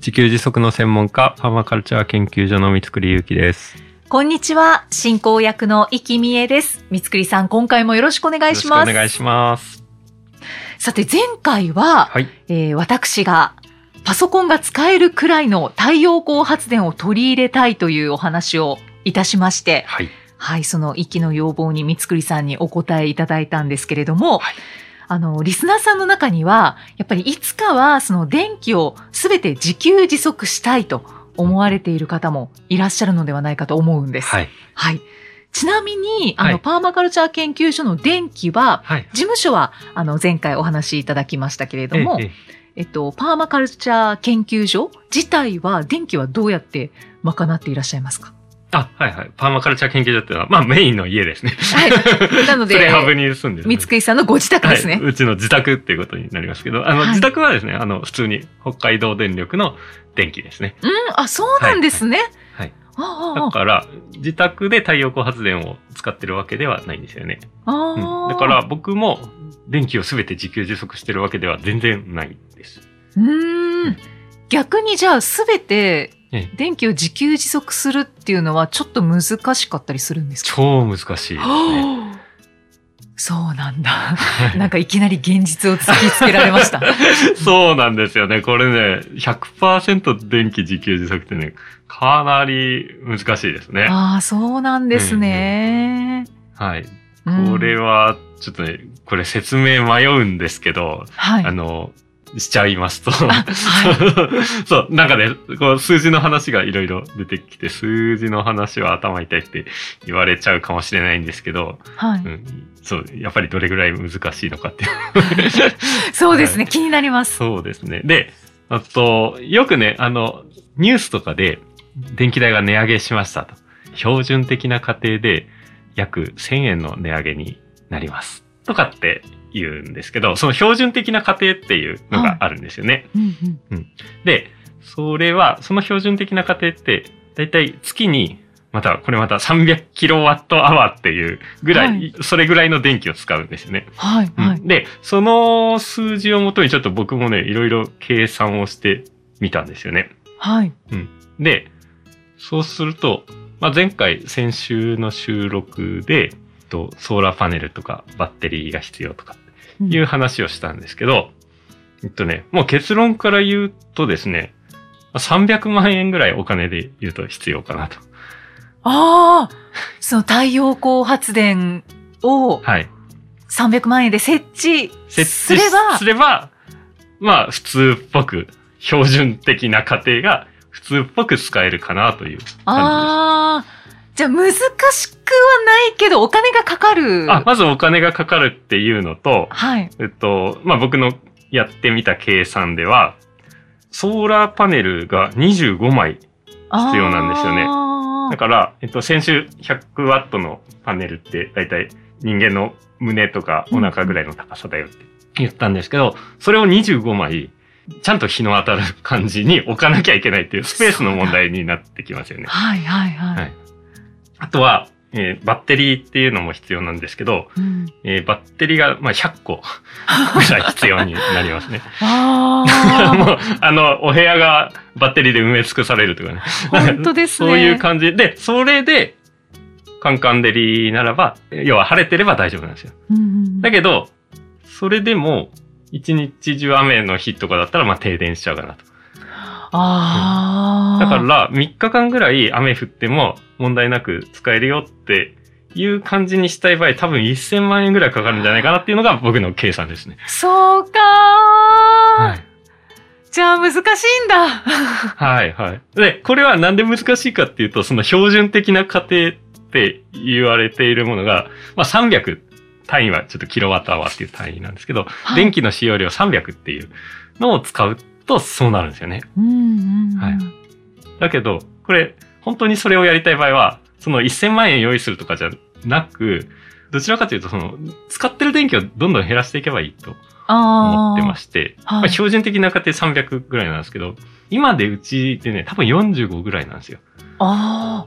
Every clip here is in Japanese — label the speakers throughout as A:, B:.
A: 自給自足の専門家、パーマカルチャー研究所の三栗祐樹です。
B: こんにちは進行役の生きみえです三栗さん今回もよろしくお願いします
A: よろしくお願いします。
B: さて前回は、
A: はい。
B: えー私がパソコンが使えるくらいの太陽光発電を取り入れたいというお話をいたしまして、
A: はい。
B: はい、その息の要望に三つくりさんにお答えいただいたんですけれども、
A: はい
B: あの、リスナーさんの中には、やっぱりいつかはその電気をすべて自給自足したいと思われている方もいらっしゃるのではないかと思うんです。。
A: はいい。
B: ちなみに、あの、
A: はい
B: パーマカルチャー研究所の電気は、
A: はい。
B: 事務所は、あの、前回お話しいただきましたけれども、
A: ええ
B: えっと、パーマカルチャー研究所自体は、電気はどうやって賄っていらっしゃいますか
A: あ、はいはい。パーマカルチャー研究所っていうのは、まあメインの家ですね。
B: はい なので
A: プレハブに住んでる
B: 三
A: んで
B: つ
A: す。
B: くりさんのご自宅ですね。
A: はい。うちの自宅っていうことになりますけど、あの、
B: はい
A: 自宅はですね、あの、普通に北海道電力の電気ですね。
B: うん、あ、そうなんですね。
A: はいだ
B: ああ
A: から、自宅で太陽光発電を使ってるわけではないんですよね。
B: あ
A: うん、
B: あ
A: だから、僕も電気を全て自給自足してるわけでは全然ないです。
B: うーん。逆にじゃあ、すべて
A: ええ
B: 電気を自給自足するっていうのは、ちょっと難しかったりするんですか
A: 超難しいですね。
B: はあそうなんだ。なんかいきなり現実を突きつけられま した。
A: そうなんですよね。これね、100%電気自給自足ってね、かなり難しいですね。
B: ああ、そうなんですね。
A: はい。
B: うん
A: これは、ちょっとね、これ説明迷うんですけど、
B: はい。
A: あの、しちゃいますと。
B: は
A: そう、なんかね、こう数字の話がいろいろ出てきて、数字の話は頭痛いって言われちゃうかもしれないんですけど、
B: は
A: う
B: い。
A: ん、そう、やっぱりどれぐらい難しいのかっていう
B: そうですね。
A: はい
B: 気になります。
A: そうですね。で、あと、よくね、あの、ニュースとかで、電気代が値上げしましたと。標準的な家庭で約1000円の値上げになります。とかって言うんですけど、その標準的な家庭っていうのがあるんですよね。
B: うんうん
A: で、それは、その標準的な家庭って、だいたい月に、また、これまた300キロワットアワーっていうぐらい、、
B: はい
A: それぐらいの電気を使うんですよね。
B: はい。はい。
A: で、その数字をもとにちょっと僕もね、いろいろ計算をしてみたんですよね。
B: はい。
A: で、そうすると、まあ、前回、先週の収録で、とソーラーパネルとかバッテリーが必要とか
B: うん
A: いう話をしたんですけど、えっとね、もう結論から言うとですね、300万円ぐらいお金で言うと必要かなと。
B: ああ、その太陽光発電を
A: はい。
B: 300万円で設置
A: 設
B: す
A: 置
B: れば、
A: すれば、まあ、普通っぽく、標準的な家庭が普通っぽく使えるかなという感
B: ああ、じゃあ難しくはないけどお金がかか
A: じ
B: る。
A: です。あ、まずお金がかかるっていうのと、
B: はい。
A: えっと、まあ僕のやってみた計算では、ソーラーパネルが25枚。必要なんですよねだ
B: ね。
A: から、えっと、先週100ワットのパネルって、だいたい人間の胸とかお腹ぐらいの高さだよって言ったんですけど、それを25枚、ちゃんと日の当たる感じに置かなきゃいけないっていうスペースの問題になってきますよね。
B: はいはいはい。
A: はいあとは、えーバッテリーっていうのも必要なんですけど、
B: うん
A: えーバッテリーが、まあ、100個ぐらい必要になりますね。
B: あ
A: だ から
B: あ、
A: もう、あの、お部屋がバッテリーで埋め尽くされるとかね。
B: 本当ですね。
A: そういう感じで、それで、カンカンデリーならば、要は晴れてれば大丈夫なんですよ。
B: うんうん
A: だけど、それでも、一日中雨の日とかだったら、まあ停電しちゃうかなと。
B: ああ。
A: だか、ら、3日間ぐらい雨降っても問題なく使えるよっていう感じにしたい場合、多分1000万円ぐらいかかるんじゃないかなっていうのが僕の計算ですね。
B: そうかー、
A: はい。
B: じゃあ難しいんだ。
A: はいはい。で、これはなんで難しいかっていうと、その標準的な家庭って言われているものが、まあ300単位はちょっとキロワットアワーっていう単位なんですけど、
B: はい
A: 電気の使用量300っていうのを使うとそうなるんですよね。
B: うんうんうん
A: はいだけど、これ本当にそれをやりたい場合は、その1000万円用意するとかじゃなく、どちらかというと、その、使ってる電気をどんどん減らしていけばいいと思
B: あ
A: っ
B: あ。
A: てまして、
B: はい
A: まあ、標準的な家庭300ぐらいなんですけど、今でうちでね、多分45ぐらいなんですよ。
B: ああ。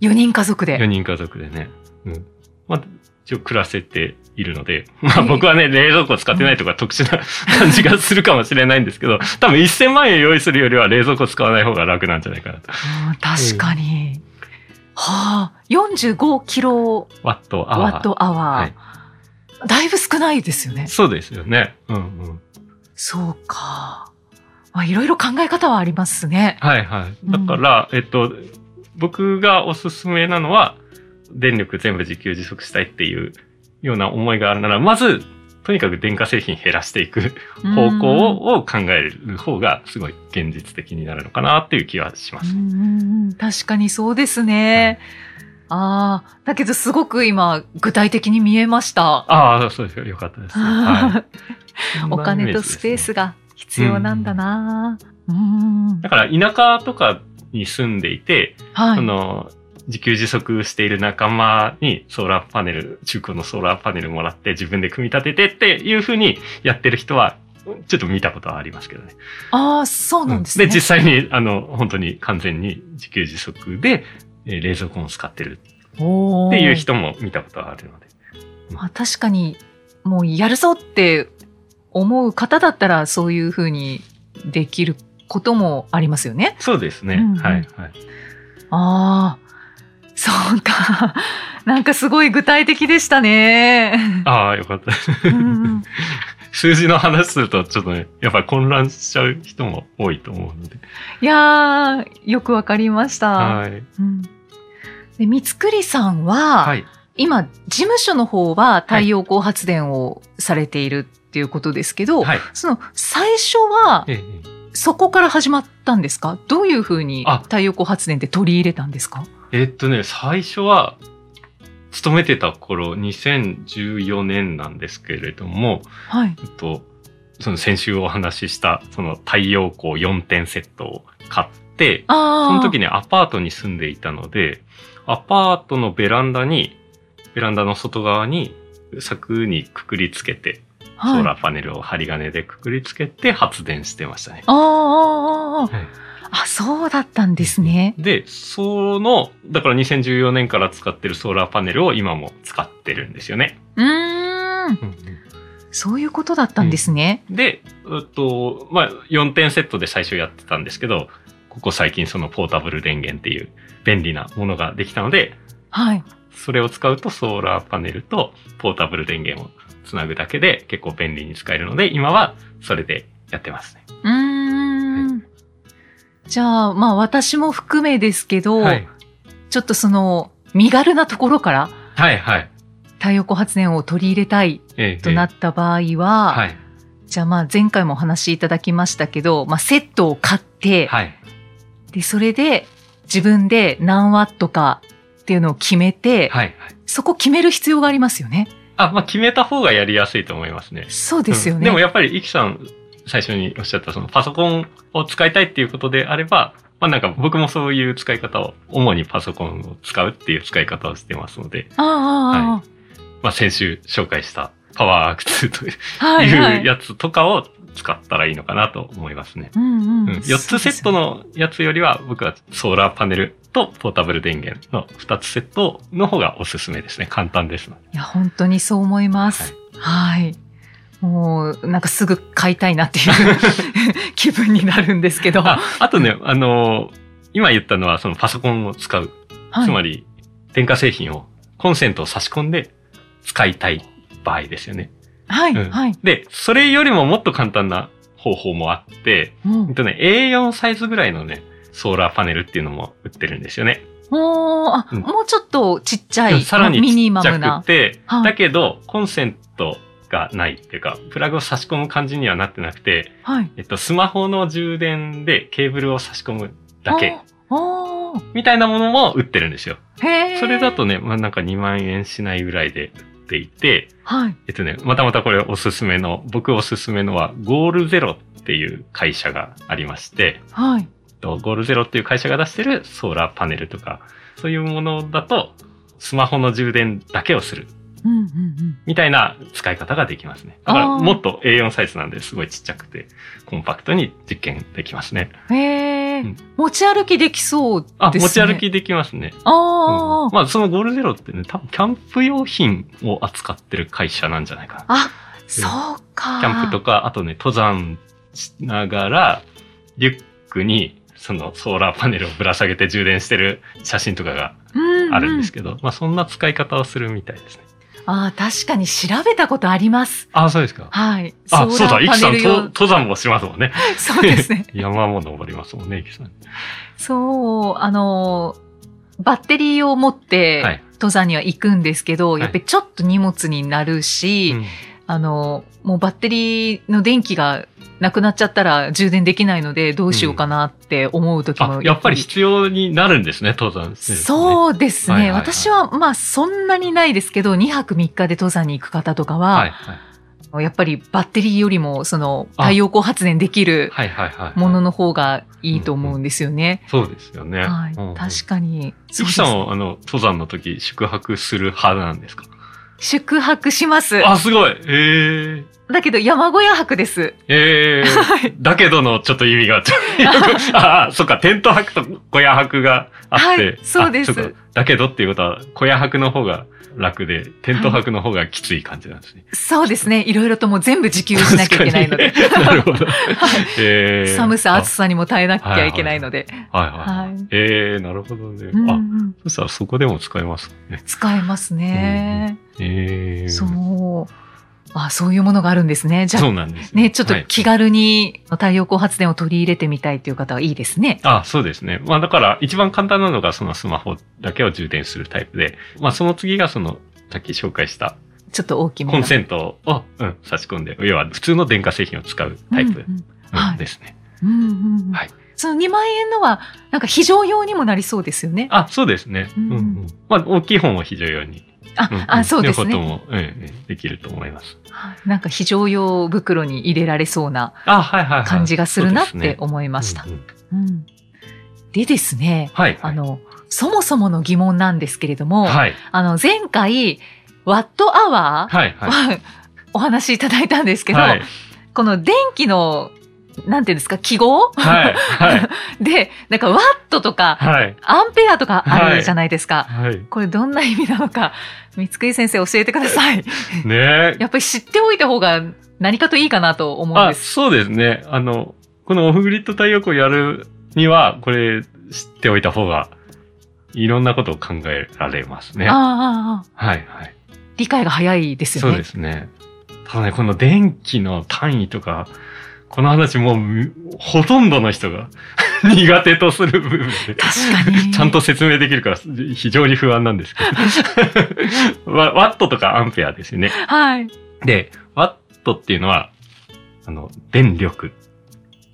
B: 4人家族
A: 4
B: で。
A: 人家族でね。うん。まあ、一応暮らせているの で、まあ僕はね、冷蔵庫使ってないとか特殊な 感じがするかもしれないんですけど、多分1000万円用意するよりは冷蔵庫使わない方が楽なんじゃないかなと。
B: うん確かに。はあ。45キロ
A: ワットアワー。
B: ワットア
A: は
B: ワ
A: い。
B: ー。だいぶ少ないですよね。
A: そうですよね。うんうん。
B: そうか。まあ、いろいろ考え方はありますね。
A: はいはい。だから、えっと、僕がおすすめなのは、電力全部自給自足したいっていうような思いがあるなら、まず、とにかく電化製品減らしていく方向
B: を。
A: をを考える方がすごい現実的になるのかなっていう気はしま
B: う
A: す。
B: んうんうん確かにそうですね。ああ。だけどすごく今、具体的に見えました。
A: ああ、そうですよ。よかったです。はい、
B: お金とスペース
A: が。
B: が必要なんだな。うん。
A: だから田舎とかに住んでいて、
B: はい
A: そ。の自給自足している仲間にソーラーパネル、中古のソーラーパネルもらって自分で組み立ててっていうふうにやってる人は、ちょっと見たことはありますけどね。
B: ああ、そうなんですね。
A: で、実際に、あの、本当に完全に自給自足で、えー冷蔵庫も使ってる
B: おー
A: っていう人も見たことはあるので。
B: まあ、確かに、もうやるぞって思う方だったら、そういうふうにできることもありますよね。
A: そうですね。
B: うんうん
A: はい、はい。
B: ああ、そうか。 なんかすごい具体的でしたね。
A: ああ、よかった。
B: うん
A: 数字の話するとちょっとね、やっぱり混乱しちゃう人も多いと思うので。
B: いやー、よくわかりました。
A: はい。
B: うんで三つくりさんは、
A: はい。
B: 今、事務所の方は太陽光発電をされているっていうことですけど、
A: はい。
B: その最初は
A: えええ
B: そこから始まったんですかどういうふうに
A: あ
B: 太陽光発電って取り入れたんですか
A: ええっとね、最初は、勤めてた頃、2014年なんですけれども、
B: はい。
A: えっと、その先週お話しした、その太陽光4点セットを買って、
B: あ
A: そ
B: あ。
A: の時にアパートに住んでいたので、アパートのベランダに、ベランダの外側に柵にくくりつけて、ソ
B: はい、
A: ー
B: あー
A: ラーパネルを針金でくくりつけて発電してましたね。
B: あー、あー
A: はい
B: あ、そうだったんですね。
A: で、その、だから2014年から使ってるソーラーパネルを今も使ってるんですよね。
B: うーん。そういうことだったんですね。
A: で、えっと、まあ、4点セットで最初やってたんですけど、ここ最近そのポータブル電源っていう便利なものができたので、
B: はい。
A: それを使うとソーラーパネルとポータブル電源をつなぐだけで結構便利に使えるので、今はそれでやってますね。
B: うーん。じゃあ、まあ私も含めですけど、
A: はい。
B: ちょっとその身軽なところから
A: はいはい。
B: 太陽光発電を取り入れたい
A: ええ
B: とな
A: え
B: った場合
A: え
B: は、
A: はい。
B: じゃあまあ前回もお話しいただきましたけど、まあセットを買って、
A: はい。
B: で、それで自分で何ワットかっていうのを決めて、
A: はい。
B: そこ決める必要がありますよね。
A: あ、まあ、決めた方がやりやすいと思いますね。
B: そうですよね。
A: うんでもやっぱり、イキさん、最初におっしゃった、そのパソコンを使いたいっていうことであれば、まあなんか僕もそういう使い方を、主にパソコンを使うっていう使い方をしてますので、
B: ああ
A: まあ先週紹介したパワーアーク2とい
B: ああ、ああはい、は
A: う
B: い。
A: やつとかを使ったらいいのかなと思いますね。
B: うんうん
A: うん、4つセット。のやつよりは僕はソーラーパネルとポータブル電源の2つセットの方がおすすめですね。簡単ですので。
B: いや、本当にそう思います。はい。もう、なんかすぐ買いたいなっていう 気分になるんですけど。
A: ああとね、あのー今言ったのはそのパソコンを使う
B: はい
A: つまり、電化製品を、コンセントを差し込んで使いたい場合ですよね。
B: はい、
A: うん
B: はい。
A: で、それよりももっと簡単な方法もあって、
B: も
A: え
B: う
A: っとね、A4 サイズぐらいのね、ソーラーパネルっていうのも売ってるんですよね。
B: もう、あ、
A: うん
B: もうちょっとちっちゃ
A: でも
B: い、
A: さらに
B: ミニ
A: ち
B: マ
A: っち
B: ム
A: ゃ
B: な
A: く。て、
B: はい
A: だけど、コンセントがないっていうか、プラグを差し込む感じにはなってなくて、
B: はい。
A: えっと、スマホの充電でケーブルを差し込むだけ、
B: おー。
A: みたいなものも売ってるんですよ。
B: へえ。
A: それだとね、まあ、なんか2万円しないぐらいで売っていて、
B: はい。
A: えっとね、またまたこれおすすめの、僕おすすめのは、ゴールゼロっていう会社がありまして、
B: はい。
A: と、ゴールゼロっていう会社が出してるソーラーパネルとか、そういうものだと、スマホの充電だけをする
B: うんうんうん。
A: みたいな使い方ができますね。だから
B: あー
A: もっと A4 サイズなんですごいちっちゃくて、コンパクトに実験できますね。
B: へえ、
A: うん
B: 持ち歩きできそうですね。
A: あ、持ち歩。きできますね。
B: ああ、
A: うんまあそのゴールゼロってね、多分キャンプ用品を扱ってる会社なんじゃないかな。
B: あ、そうか。
A: キャンプとか、あとね、登山しながら、リュックにそのソーラーパネルをぶら下げて充電してる写真とかがあるんです
B: け
A: けど、まあそんな使い方をするみたいですね。
B: ど。ああ、確かに調べたことあります。
A: あ、そうですか。
B: はい。
A: あ、そうだ、イキさん、と
B: 用。
A: 登山もしますもんね。
B: そうです ね。
A: 山も登りますもんね、イキさん。
B: そう、あのー、バッテリーを持って、
A: はい
B: 登山には行くんですけど、
A: い
B: やっぱりちょっと荷物になるし、
A: うん
B: あのー、もうバッテリーの電気がなくなっちゃったら充電できないので、どうしようかなって思う時
A: あ
B: も、
A: やっぱり必要になるんですね、登山するとね
B: そうですね。
A: はいはいはい
B: 私は、まあ、そんなにないですけど、2泊3日で登山に行く方とか
A: はい
B: は、
A: はい
B: やっぱりバッテリーよりも、その、
A: あ
B: 太陽光発電できる
A: はいはいはい。
B: ものの方がいいと思うんですよね。
A: そうですよね。
B: はい。
A: うんうん
B: 確かに。
A: ゆき
B: そ
A: さん
B: う
A: は、あの、登山の時、宿泊する派なんですか
B: です宿泊します。
A: あ、すごいえー、
B: だけど、山小屋泊です。
A: えー、
B: はい。
A: だけどのちょっと意味がちょ っとああ、そっか、テント泊と小屋泊があって。
B: はいそうです
A: あっかだけどっていうことは、小屋泊の方が楽で、テント泊の方がきつい感じなんですね。
B: そうですね。いろいろともう全部自給しなきゃいけないので。
A: 確かになるほど。 えー
B: 寒さ、
A: あ
B: 暑さにも耐えなきゃいけないので。
A: はいはい。
B: はい
A: えー、なるほどね。
B: うんう
A: あ、
B: ん
A: そしたらそこでも使えますね。
B: 使えますね。
A: えー、
B: そう。あ、そういうものがあるんですね。じゃ
A: そ
B: あ、
A: うなんです
B: ね、ちょっと気
A: が。
B: 軽に太陽光発電を取り入れてみたいという方はいいですね。
A: あ、そうですね。まあだから一番簡単なのがそのスマホだけを充電するタイプで、まあその次がその、さっき紹介した
B: ちょっと大きめ
A: コ
B: な。
A: ンセントを、うん、差し込んで、要は普通の電化製品を使うタイプ
B: うんうん
A: うん
B: はい
A: ですね。
B: うんうんうん
A: はい
B: その2万円のは、なんか非常用にもなりそうですよね。
A: あ、そうですね。
B: う
A: うんんうんまあ大きい方も非常用に。
B: あ、
A: んん
B: あそうです
A: 両
B: ね。
A: 方とも、うんうんできると思います。
B: はいなんか非常用袋に入れられそうな
A: あ、はいはいはい。
B: 感じがするなって
A: 思い
B: 思いました。
A: うんうん
B: うんでですね、
A: はい。はい
B: あ、の、そもそもの疑問なんですけれども、
A: はい。
B: あの、前回、ワットアワー、
A: はいはい。
B: お話いただいたんですけど、
A: はい。
B: この電気の、なんていうんですか、記号、
A: はい。はい。
B: で、なんかワットとか、
A: はい。
B: アンペアとかあるじゃないですか。
A: はい。
B: これどんな意味なのか、三つくり先生教えてくださ い。
A: ねえ。
B: やっぱり知っておいた方が何かといいかなと思うん
A: あ、
B: です。
A: そうですね。あの、このオフグリッド太陽光やるには、これ知っておいた方が、いろんなことを考えられますね。
B: あ
A: はい
B: あああ
A: はい。
B: 理解が早いですよ
A: そ
B: ね。
A: うですね。ただね、この電気の単位とか、この話もうみ、ほとんどの人が 苦手とする部分で。
B: 確かに。
A: ちゃんと説明できるから非常に不安なんですけ ど。わワットとかアンペアですよね。
B: はい。
A: で、ワットっていうのは、あの、電力、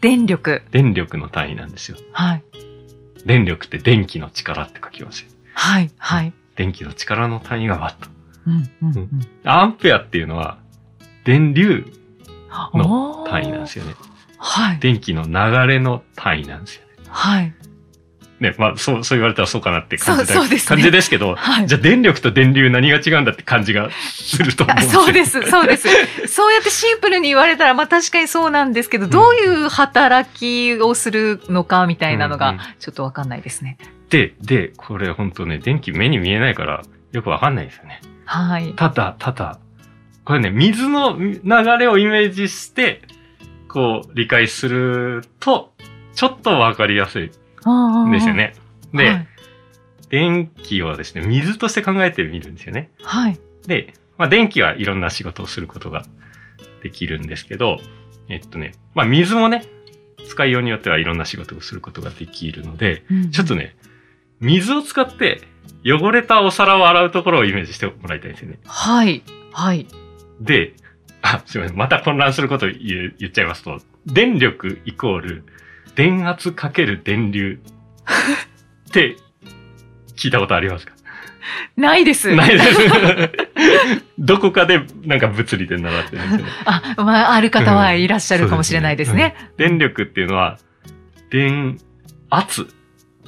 B: 電力。
A: 電力の単位なんですよ。
B: はい。
A: 電力って電気の力って書きますよ。
B: はい。はい。
A: 電気の力の単位がワット。
B: うん。うん。う
A: うんん。アンペアっていうのは、電流の単位なんです
B: よ。
A: よね。
B: はい。
A: 電気の流れの単位なんですよ
B: はい。
A: ね。ね、まあ、そう、そう言われたらそうかなって感じだ
B: そうそうですね
A: 感じですけど、
B: はい。
A: じゃあ電力と電流何が違うんだって感じがすると思うん
B: あ
A: ですよ
B: そうです、そうです。そうやってシンプルに言われたら、まあ確かにそうなんですけど、どういう働きをするのかみたいなの
A: うん
B: が
A: うん、
B: ちょっとわかんないですね。
A: で、で、これ本当ね、電気目に見えないからよくわかんないですよね。
B: はい。
A: ただ、ただ、これね、水の流れをイメージして、こう、理解すると、ちょっとわかりやすいん
B: で
A: ですよ。ね。で、
B: はい
A: 電気をですね、水として考えてみるんですよね。
B: はい。
A: で、まあ、電気はいろんな仕事をすることができるんですけど、えっとね、まあ、水もね、使いようによってはいろんな仕事をすることができるので、
B: うん
A: ちょっとね、水を使って汚れたお皿を洗うところをイメージしてもらいたいんですよね。
B: はい。はい。
A: で、あ、すいません。また混乱すること言う言っちゃいますと、電力イコール電圧かける電流って聞いたことありますか
B: ないです。
A: ないです。 どこかでなんか物理で習ってるんですよね。
B: あ、まあ、ある方はいらっしゃるかもしれないですね。
A: 電力っていうのは電圧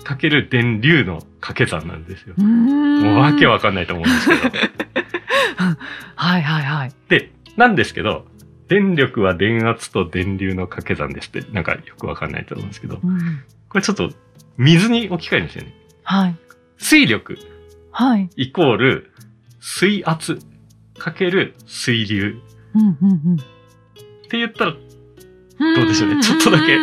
A: かける電流の掛け算なんですよ。
B: うーん
A: もうわけわかんないと思うんですけど。
B: はいはいはい。
A: で、なんですけど、電力は電圧と電流の掛け算ですって、なんかよくわかんないと思うんですけど、
B: うん
A: これちょっと水に置き換えるんですよね。
B: はい。
A: 水力
B: はい。
A: イコール水圧かける水流
B: うんうんうん。
A: って言ったら、
B: ど
A: うでしょうねちょっとだけ。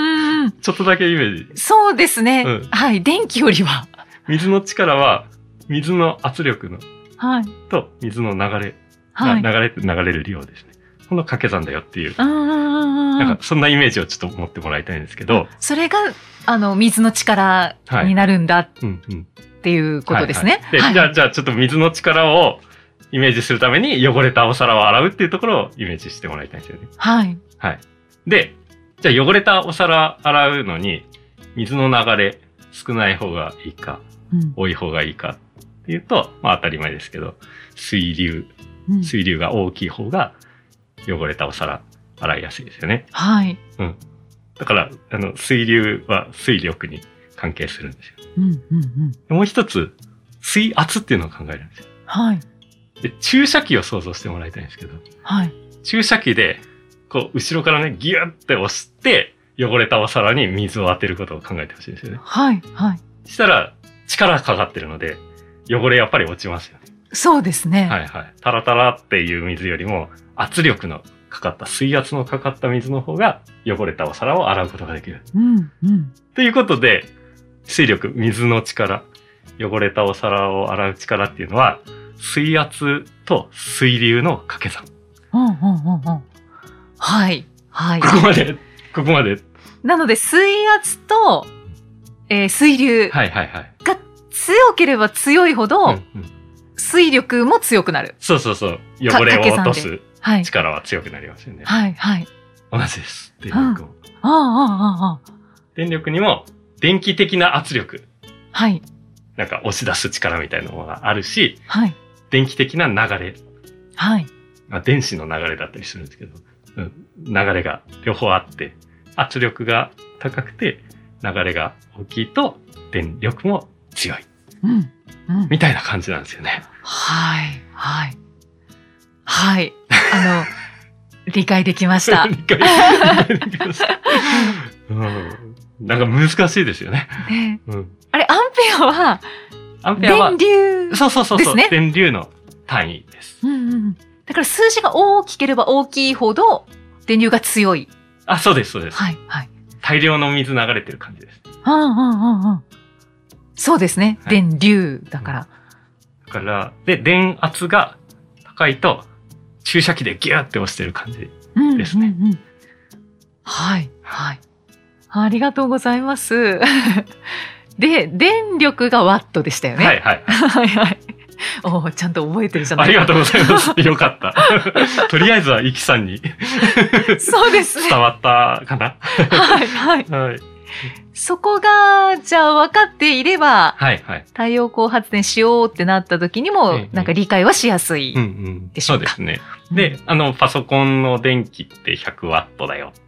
A: ちょっとだけイメージ。
B: そうですね、
A: うん
B: はい。電気よりは。
A: 水の力は、水の圧力の
B: はい。
A: と水の流れ、
B: はい。
A: な流れて流れる量ですね。この掛け算だよっていう、
B: うんうんうんう
A: なん
B: ん
A: かそんなイメージをちょっと持ってもらいたいんですけど、
B: それが、あの、水の力になるんだっ
A: うんうん。
B: ていうことですね。
A: はいはいで、じゃあ、じゃあちょっと水の力をイメージするために汚れたお皿を洗うっていうところをイメージしてもらいたいんですよね。
B: はい。
A: はい。で、じゃあ汚れたお皿洗うのに、水の流れ少ない方がいいか、
B: うん
A: 多い方がいいかっていうと、まあ当たり前ですけど、水流、
B: うん
A: 水流が大きい方が汚れたお皿洗いやすいですよね。
B: はい。
A: だから、あの、水流は水力に関係するんですよ。
B: うんうんうん。
A: でもう一つ、水圧っていうのを考えるんですよ。
B: はい。
A: で、注射器を想像してもらいたいんですけど、
B: はい。
A: 注射器で、こう、後ろからね、ギューって押して、汚れたお皿に水を当てることを考えてほしいんですよね。
B: はい。はい。
A: したら、力かかってるので、汚れやっぱり落ちますよね。
B: そうですね。
A: はいはい。タラタラっていう水よりも、圧力のかかった、水圧のかかった水の方が、汚れたお皿を洗うことができる。
B: うんうん。
A: ということで、水力、水の力、汚れたお皿を洗う力っていうのは、水圧と水流の掛け算。
B: うんうんうんうん。はい。はい
A: こ。こまで、ここまで。
B: なので、水圧と、えー水流
A: はいはいはい。
B: が強ければ強いほど、
A: うんうん
B: 水力も強くなる。
A: そうそうそう。
B: か
A: 汚れを落と
B: 掛け
A: す
B: はい。
A: 力は強くなりますよね。
B: はい、はい。
A: 同じです。電力も。
B: ああ、ああ、ああ。
A: 電力にも電気的な圧力、
B: はい、
A: なんか押し出す力みたいなものがあるし、
B: はい、
A: 電気的な流れ、
B: はい。
A: まあ、電子の流れだったりするんですけど、うん、流れが両方あって、圧力が高くて、流れが大きいと、電力も強い。
B: うん、うん。
A: みたいな感じなんですよね。
B: はい、はい。はい。あの、 理解できました。
A: 理解理解できましたうんなんか難しいですよね。
B: ね、
A: うん、
B: あれ、アンペアは、
A: アンペアは
B: 電流。
A: そうそうそう
B: で
A: そう、
B: すね
A: 電流の単位です。
B: うん、うんうん。だから数字が大きければ大きいほど、電流が強い。
A: あ、そうです、そうです。
B: はい、はい。
A: 大量の水流れてる感じです。
B: うん、うん、うん、うん。そうですね。
A: はい
B: 電流だから。
A: だから、で、電圧が高いと、注射器でギューって押してる感じ。
B: うん
A: ですね
B: うんうんはい、はい。ありがとうございます。 で、電力がワットでしたよね。
A: はい はい。
B: はい、はい。おーちゃんと覚えてるじゃな
A: あ
B: い
A: りがとうございます。 よかった。とりあえずは、イキさんに
B: そうですね。
A: 伝わったかな。
B: はい、はい。
A: はい。
B: そこが、じゃあ分かっていれば、
A: はいはい。
B: 太陽光発電しようってなった時に
A: う
B: も
A: んうん、
B: なんか理解はしやすい。
A: うんうん。
B: でし
A: そ
B: ょ
A: う
B: う
A: で
B: か
A: すね。で、あの、パソコンの電気って100ワットだよって。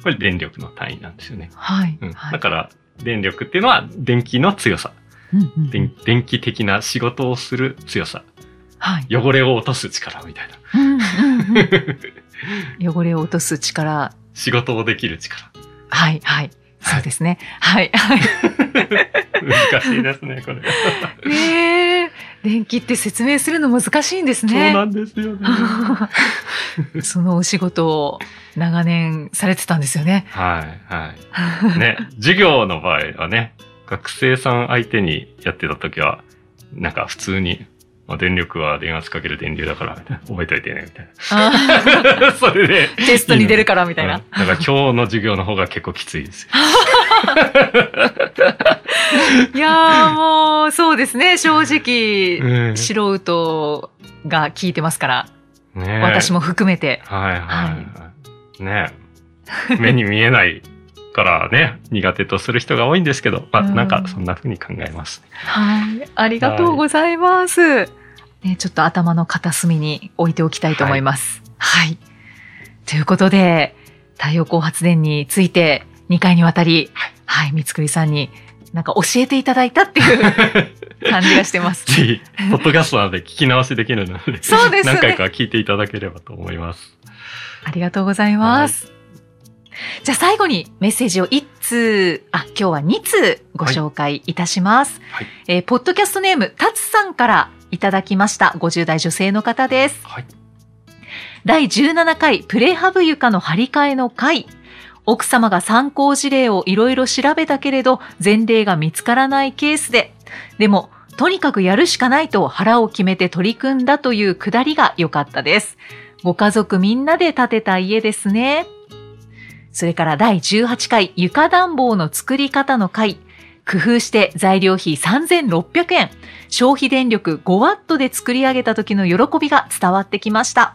A: これ電力の単位なんですよね。
B: はい、
A: うん。
B: は
A: だ
B: い。
A: から、電力っていうのは電気の強さ。
B: うんうん
A: 電電気的な仕事をする強さ。
B: はい。
A: 汚れを落とす力みたいな。
B: うんうんうん汚れを落とす力。
A: 仕事をできる力。
B: はい、はい。そうですね。はい、はい。
A: 難しいですね、これ。
B: ねえ、電気って説明するの難しいんです
A: そうな
B: ね。
A: んですよね。
B: そのお仕事を長年されてたんですよね。
A: はい、は い。ね、授業の場合はね、学生さん相手にやってた時は、なんか普通に、まあ電力は電圧かける電流だから、みたいな覚えといてね、みたい
B: あ
A: な。 それで。
B: ーテストに出るからみ
A: み
B: たいな。
A: だから今日の授業の方が結構きついですよ。
B: いやーもうそうです ね正直
A: うん
B: 素人が聞いてますから、
A: ね
B: 私も含めて
A: はいはい。ねえ目に見えないからね、苦手とする人が多いんですけど、まあ、
B: うん
A: なんかそんな風に考えます。
B: はいありがとうございます、ね、ちょっと頭の片隅に置いておきたいと思いますはい、ということで太陽光発電について2回にわたりはい、三つくりさんになんか教えていただいたっていう 感じがしてます。
A: ぜひ、ポッドキャストなので聞き直しできるので、
B: そうですね
A: 何回か聞いていただければと思います。
B: ありがとうございます。じゃあ最後にメッセージを1通、あ、今日は2通ご紹介いたします。
A: はい
B: えーポッドキャストネーム、たつさんからいただきました。50代女性の方です。
A: はい。
B: 第17回プレハブ床の張り替えの回。奥様が参考事例をいろいろ調べたけれど、前例が見つからないケースで。でも、とにかくやるしかないと腹を決めて取り組んだというくだりが良かったです。ご家族みんなで建てた家ですね。それから第18回床暖房の作り方の回。工夫して材料費3600円。消費電力5ワットで作り上げた時の喜びが伝わってきました。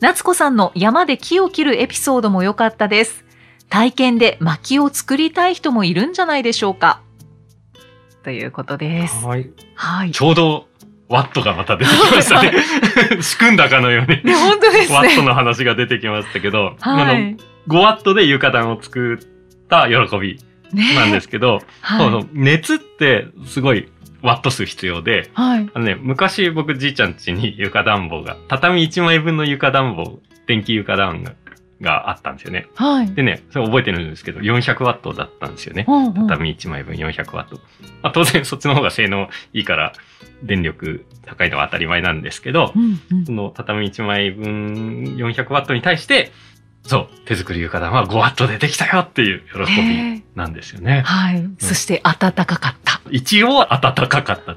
B: 夏子さんの山で木を切るエピソードも良かったです。体験で薪を作りたい人もいるんじゃないでしょうか。ということです。
A: はい。
B: はい。
A: ちょうど、ワットがまた出てきましたね。 仕組んだかのように。
B: ね、本当です
A: ワット
B: ね。
A: の話が出てきましたけど、
B: はい。
A: あの、5ワットで床暖を作った喜び
B: ね
A: なんですけど、そ
B: は
A: の熱ってすごいワット数必要で、
B: い。はい。
A: あのね、昔僕じいちゃん家に床暖房が、畳1枚分の床暖房、電気床暖ががあったんですよね。
B: はい。
A: でね、それ覚えてるんですけど、400ワットだったんですよね。
B: うんうん
A: 畳1枚分400ワット。まあ、当然そっちの方が性能いいから、電力高いのは当たり前なんですけど
B: う、んうん
A: その畳1枚分400ワットに対して、そう、手作り床暖は5ワットでできたよっていう喜び
B: ね
A: なんですよね。
B: はい。そして暖かか った。
A: 一応暖かかった。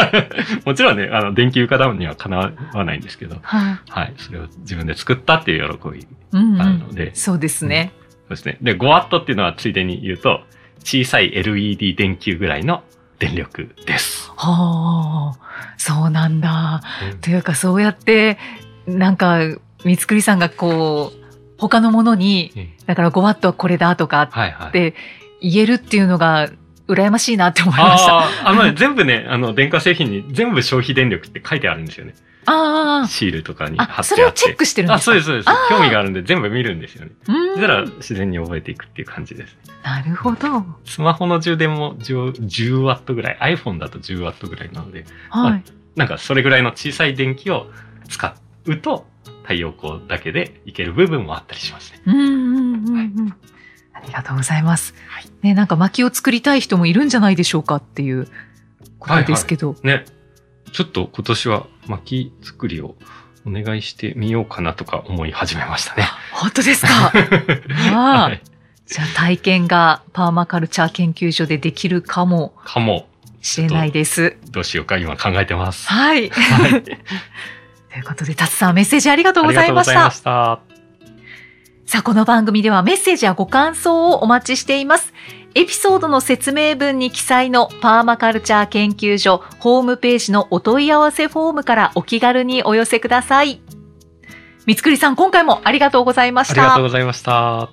A: もちろんね、あの、電気床暖にはかなわないんですけど、
B: はい。
A: はい、それを自分で作ったっていう喜び
B: うんう
A: があるの
B: ん。
A: で、
B: そうですね。
A: そうですね。で、5ワットっていうのはついでに言うと、小さい LED 電球ぐらいの電力です。
B: はあ。そうなんだ。
A: うん
B: というかそうやってなんか三つくりさんがこう他のものにだから5ワットはこれだとか
A: はいはい。
B: って言えるっていうのが羨ましいなって思いました。あ
A: ああ、あのね、全部ね、あの、電化製品に全部消費電力って書いてあるんですよね。
B: あ
A: シールとかに
B: あ
A: 貼
B: あ、
A: っ
B: そ
A: て
B: れ
A: あ
B: を
A: っ
B: チェッ
A: て。
B: クしてるんです
A: あ、
B: か
A: そうです、そうです
B: あ。ー
A: 興味があるんで全部見るんですよね。
B: うん
A: そしたら自然に覚えていくっていう感じです。
B: なるほど。は
A: スマホの充電も 10, 10ワットぐらい、iPhone だと10ワットぐらいなので、
B: い。
A: なんかそれぐらいの小さい電気を使うと、太陽光だけでいける部分もあったりしますね。
B: うんうんうんうん。ありがとうございます。ね、なんか薪を作りたい人もいるんじゃないでしょうかっていうことですけど。
A: ね。ちょっと今年は薪作りをお願いしてみようかなとか思い始めましたね。
B: 本当 ですかあ
A: は
B: あ
A: い。
B: じゃあ体験がパーマカルチャー研究所でできるかも
A: かも、
B: しれないです。
A: どうしようか今考えてます。
B: はい。
A: はい。
B: ということで、たつさんメッセージありがとう
A: あ
B: ご
A: り
B: ざい
A: がとうご
B: まし
A: ざいま
B: た。
A: した。
B: さあ、この番組ではメッセージやご感想をお待ちしています。エピソードの説明文に記載のパーマカルチャー研究所ホームページのお問い合わせフォームからお気軽にお寄せください。三つくりさん、今回もありがとうございま
A: あ
B: し
A: りが
B: た
A: とう。ございました。